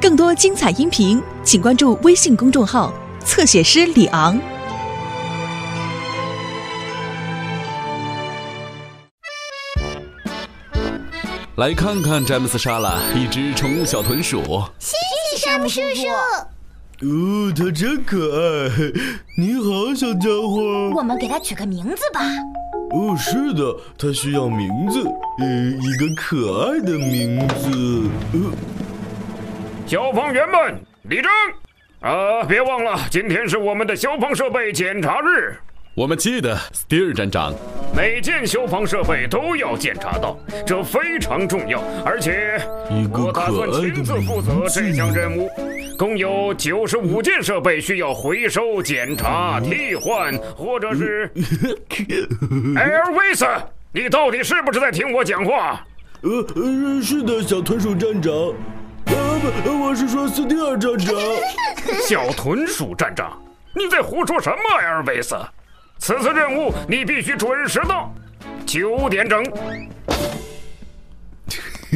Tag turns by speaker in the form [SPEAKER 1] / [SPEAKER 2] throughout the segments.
[SPEAKER 1] 更多精彩音频，请关注微信公众号“侧写师李昂”。
[SPEAKER 2] 来看看詹姆斯·莎拉，一只宠物小豚鼠。
[SPEAKER 3] 谢谢山姆叔叔。
[SPEAKER 4] 哦，它真可爱！你好，小家伙。
[SPEAKER 3] 我们给它取个名字吧。
[SPEAKER 4] 哦，是的，它需要名字，呃，一个可爱的名字。呃，
[SPEAKER 5] 消防员们，立正！啊，别忘了，今天是我们的消防设备检查日，
[SPEAKER 2] 我们记得，斯蒂尔站长。
[SPEAKER 5] 每件消防设备都要检查到，这非常重要。而且，
[SPEAKER 4] 一个
[SPEAKER 5] 我打算
[SPEAKER 4] 可爱的
[SPEAKER 5] 亲自负责这项任务。共有九十五件设备需要回收、检查、替换，或 者是……哎，艾维斯，你到底是不是在听我讲话？
[SPEAKER 4] 呃呃，是的，小豚鼠站长。呃，不，呃我是说斯蒂尔站长。
[SPEAKER 5] 小豚鼠站长，你在胡说什么，艾尔维斯？此次任务你必须准时到，九点整。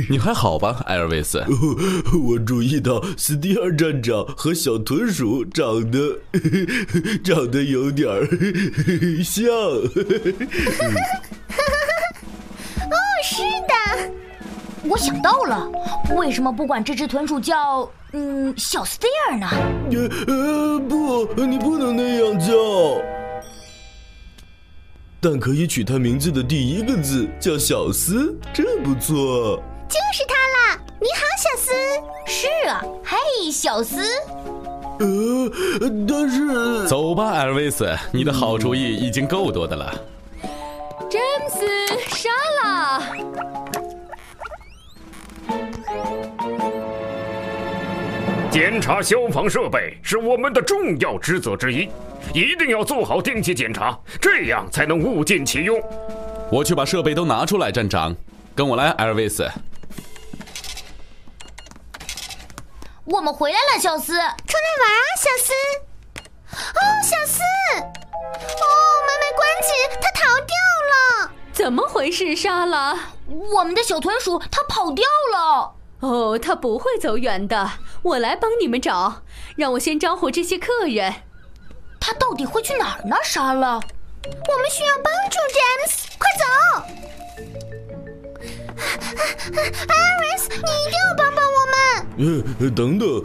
[SPEAKER 2] 你还好吧，艾尔维斯？
[SPEAKER 4] 哦我注意到斯蒂尔站长和小豚鼠长得 长得有点儿像。
[SPEAKER 3] 是的，我想到了，为什么不管这只豚鼠叫嗯小斯蒂尔呢？
[SPEAKER 4] 呃呃，不，你不能那样叫。但可以取它名字的第一个字叫小斯，这不错。
[SPEAKER 3] 就是它了。你好，小斯。是啊，嘿，小 斯。
[SPEAKER 4] 呃，但是
[SPEAKER 2] 走吧，艾尔维斯，你的好主意已经够多的了。
[SPEAKER 6] 詹姆斯、莎拉，
[SPEAKER 5] 检查消防设备是我们的重要职责之一，一定要做好定期检查，这样才能物尽其用。
[SPEAKER 2] 我去把设备都拿出来，站长，跟我来，艾尔维斯。
[SPEAKER 3] 我们回来了，小斯。出来玩啊，小斯。哦，小斯。哦，门没关起，它逃掉了。
[SPEAKER 6] 怎么回事，莎拉？
[SPEAKER 3] 我们的小豚鼠它跑掉了。
[SPEAKER 6] 哦，他不会走远的，我来帮你们找。让我先招呼这些客人。
[SPEAKER 3] 他到底会去哪儿呢？莎拉，我们需要帮助詹姆斯，快走！艾瑞斯，你一定要帮帮我们！
[SPEAKER 4] 呃呃等等，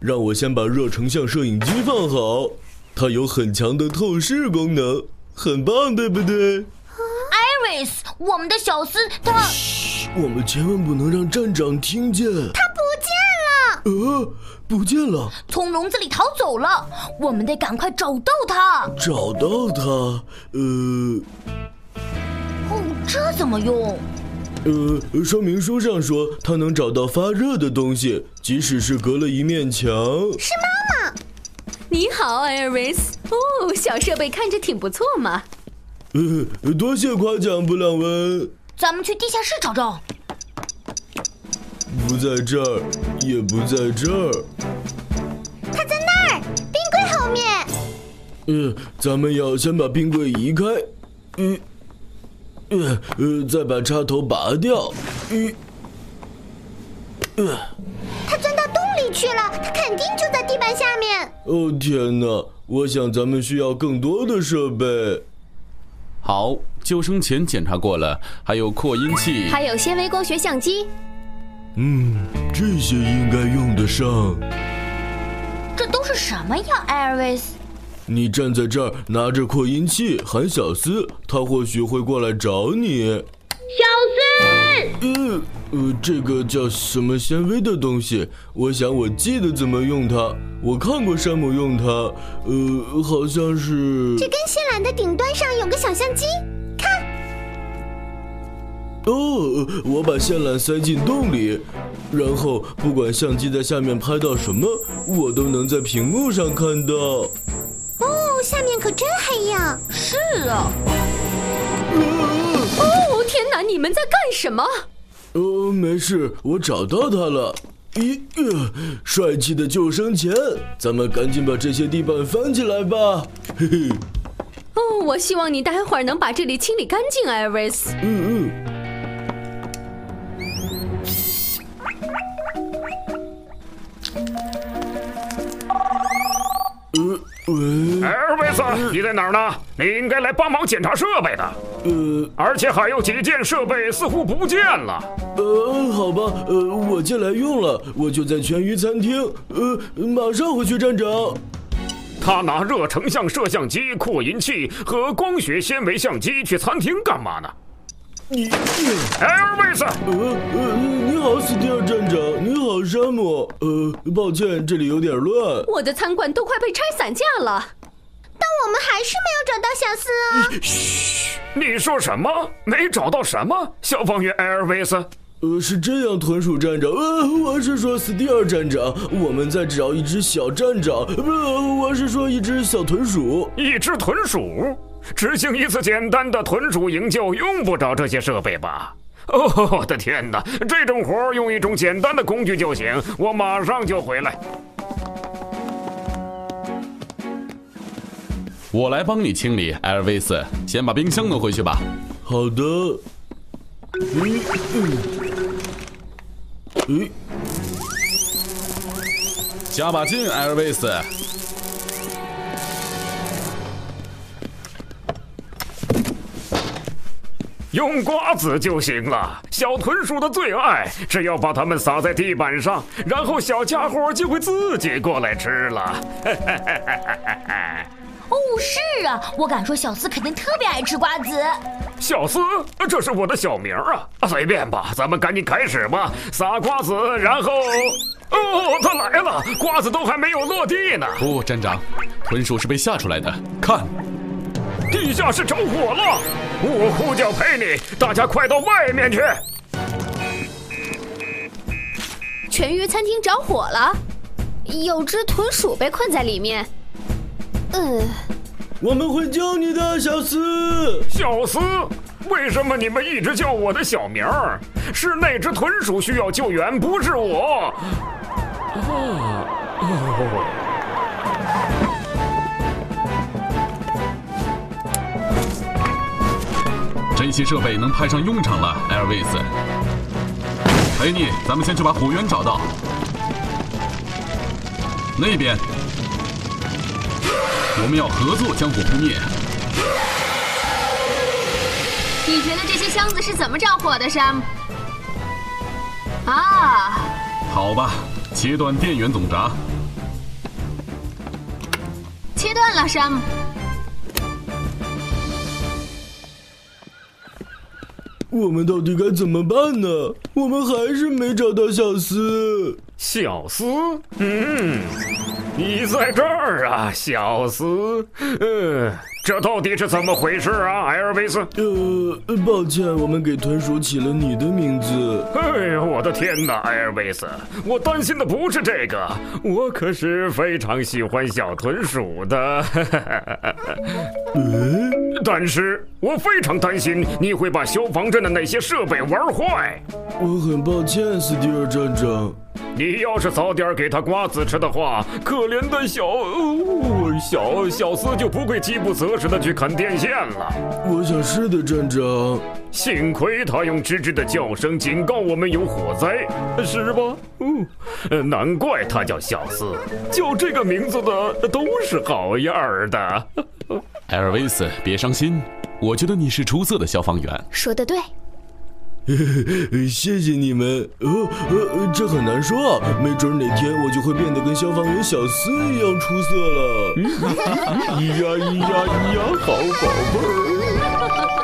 [SPEAKER 4] 让我先把热成像摄影机放好，它有很强的透视功能，很棒，对不对？
[SPEAKER 3] 艾瑞斯，我们的小斯他
[SPEAKER 4] 我们千万不能让站长听见。
[SPEAKER 3] 他不见了，
[SPEAKER 4] 呃，不见了，
[SPEAKER 3] 从笼子里逃走了，我们得赶快找到他。
[SPEAKER 4] 找到它。呃
[SPEAKER 3] 哦，这怎么用？
[SPEAKER 4] 呃，说明书上说它能找到发热的东西，即使是隔了一面墙。
[SPEAKER 6] 你好，艾尔维斯。哦，小设备看着挺不错嘛。
[SPEAKER 4] 呃，多谢夸奖，布朗文。
[SPEAKER 3] 咱们去地下室找找。
[SPEAKER 4] 不在这儿，也不在这儿。
[SPEAKER 3] 他在那儿，冰柜后面。
[SPEAKER 4] 呃，咱们要先把冰柜移开，嗯，呃呃，再把插头拔掉，嗯，呃，
[SPEAKER 3] 他钻到洞里去了，他肯定就在地板下面。
[SPEAKER 4] 哦天哪，我想咱们需要更多的设备。
[SPEAKER 2] 好，救生钳检查过了，还有扩音器。
[SPEAKER 6] 还有纤维光学相机。
[SPEAKER 4] 嗯，这些应该用得上。
[SPEAKER 3] 这都是什么呀，艾瑞斯？
[SPEAKER 4] 你站在这儿，拿着扩音器喊小斯，他或许会过来找你。小斯，呃呃，这个叫什么纤维的东西？我想我记得怎么用它，我看过山姆用它，呃，好像是
[SPEAKER 3] 根线缆的顶端上有个小相机，
[SPEAKER 4] 哦，我把线缆塞进洞里，然后不管相机在下面拍到什么，我都能在屏幕上看到。
[SPEAKER 3] 哦，下面可真黑呀！是啊，
[SPEAKER 6] 哦，天哪！你们在干什么？
[SPEAKER 4] 呃，没事，我找到它了。咦、呃，帅气的救生钳，咱们赶紧把这些地板翻起来吧。 嘿嘿，
[SPEAKER 6] 哦，我希望你待会儿能把这里清理干净，艾瑞斯。
[SPEAKER 4] 嗯嗯，
[SPEAKER 5] 艾尔维斯，你在哪儿呢？你应该来帮忙检查设备的。
[SPEAKER 4] 呃
[SPEAKER 5] 而且还有几件设备似乎不见了。
[SPEAKER 4] 呃，好吧，呃，我借来用了，我就在全鱼餐厅。呃，马上回去站长。
[SPEAKER 5] 他拿热成像摄像机、扩音器和光学纤维相机去餐厅干嘛呢？
[SPEAKER 4] 你，呃
[SPEAKER 5] 艾尔维斯，
[SPEAKER 4] 呃，你好，斯蒂尔站长，你好，山姆。呃，抱歉，这里有点乱。
[SPEAKER 6] 我的餐馆都快被拆散架了。
[SPEAKER 3] 但我们还是没有找到小四啊！
[SPEAKER 5] 你说什么？没找到什么？消防员艾尔维斯，
[SPEAKER 4] 呃，是这样，豚鼠站长，呃，我是说斯蒂尔站长，我们在找一只小站长，不、我是说一只小豚鼠。
[SPEAKER 5] 一只豚鼠，执行一次简单的豚鼠营救用不着这些设备吧？哦，我的天哪！这种活儿用一种简单的工具就行，我马上就回来。
[SPEAKER 2] 我来帮你清理，艾尔维斯，先把冰箱弄回去吧。
[SPEAKER 4] 好的。嗯嗯。诶，
[SPEAKER 2] 加把劲，艾尔维斯。
[SPEAKER 5] 用瓜子就行了，小豚鼠的最爱。只要把它们撒在地板上，然后小家伙就会自己过来吃了。
[SPEAKER 3] 哦，是啊，我敢说小四肯定特别爱吃瓜子。
[SPEAKER 5] 小斯，这是我的小名儿啊！啊随便吧，咱们赶紧开始吧。撒瓜子，然后……哦，它来了，瓜子都还没有落地呢。
[SPEAKER 2] 不、哦站长，豚鼠是被吓出来的。看，
[SPEAKER 5] 地下室着火了！我呼叫佩妮，大家快到外面去！
[SPEAKER 6] 全鱼餐厅着火了，有只豚鼠被困在里面。嗯，
[SPEAKER 4] 我们会救你的，小斯。
[SPEAKER 5] 小斯，为什么你们一直叫我的小名儿？是那只豚鼠需要救援，不是我。
[SPEAKER 2] 这些设备能派上用场了，艾尔维斯。佩妮，咱们先去把火源找到。那边，我们要合作将火扑灭。
[SPEAKER 6] 你觉得这些箱子是怎么着火的，山姆？啊，
[SPEAKER 2] 好吧，切断电源总闸。
[SPEAKER 6] 切断了，山姆。
[SPEAKER 4] 我们到底该怎么办呢？我们还是没找到小斯。
[SPEAKER 5] 小斯，嗯，你在这儿啊，小斯，嗯，这到底是怎么回事啊，艾尔维斯？
[SPEAKER 4] 呃，抱歉，我们给豚鼠起了你的名字。
[SPEAKER 5] 哎呦，我的天哪，艾尔维斯，我担心的不是这个，我可是非常喜欢小豚鼠的，
[SPEAKER 4] 嗯，
[SPEAKER 5] 但是我非常担心你会把消防站的那些设备玩坏。
[SPEAKER 4] 我很抱歉，斯蒂尔站长。
[SPEAKER 5] 你要是早点给他瓜子吃的话，可怜的小、哦、小小斯就不会饥不择食的去啃电线了。
[SPEAKER 4] 我想是的，站长。
[SPEAKER 5] 幸亏他用吱吱的叫声警告我们有火灾，是吧？嗯，呃难怪他叫小四，叫这个名字的都是好样儿的。
[SPEAKER 2] 艾尔维斯，别伤心，我觉得你是出色的消防员。
[SPEAKER 6] 说的对，
[SPEAKER 4] 呃谢谢你们。呃呃，这很难说啊，没准哪天我就会变得跟消防员小斯一样出色了。咿呀咿呀咿呀，好宝贝儿。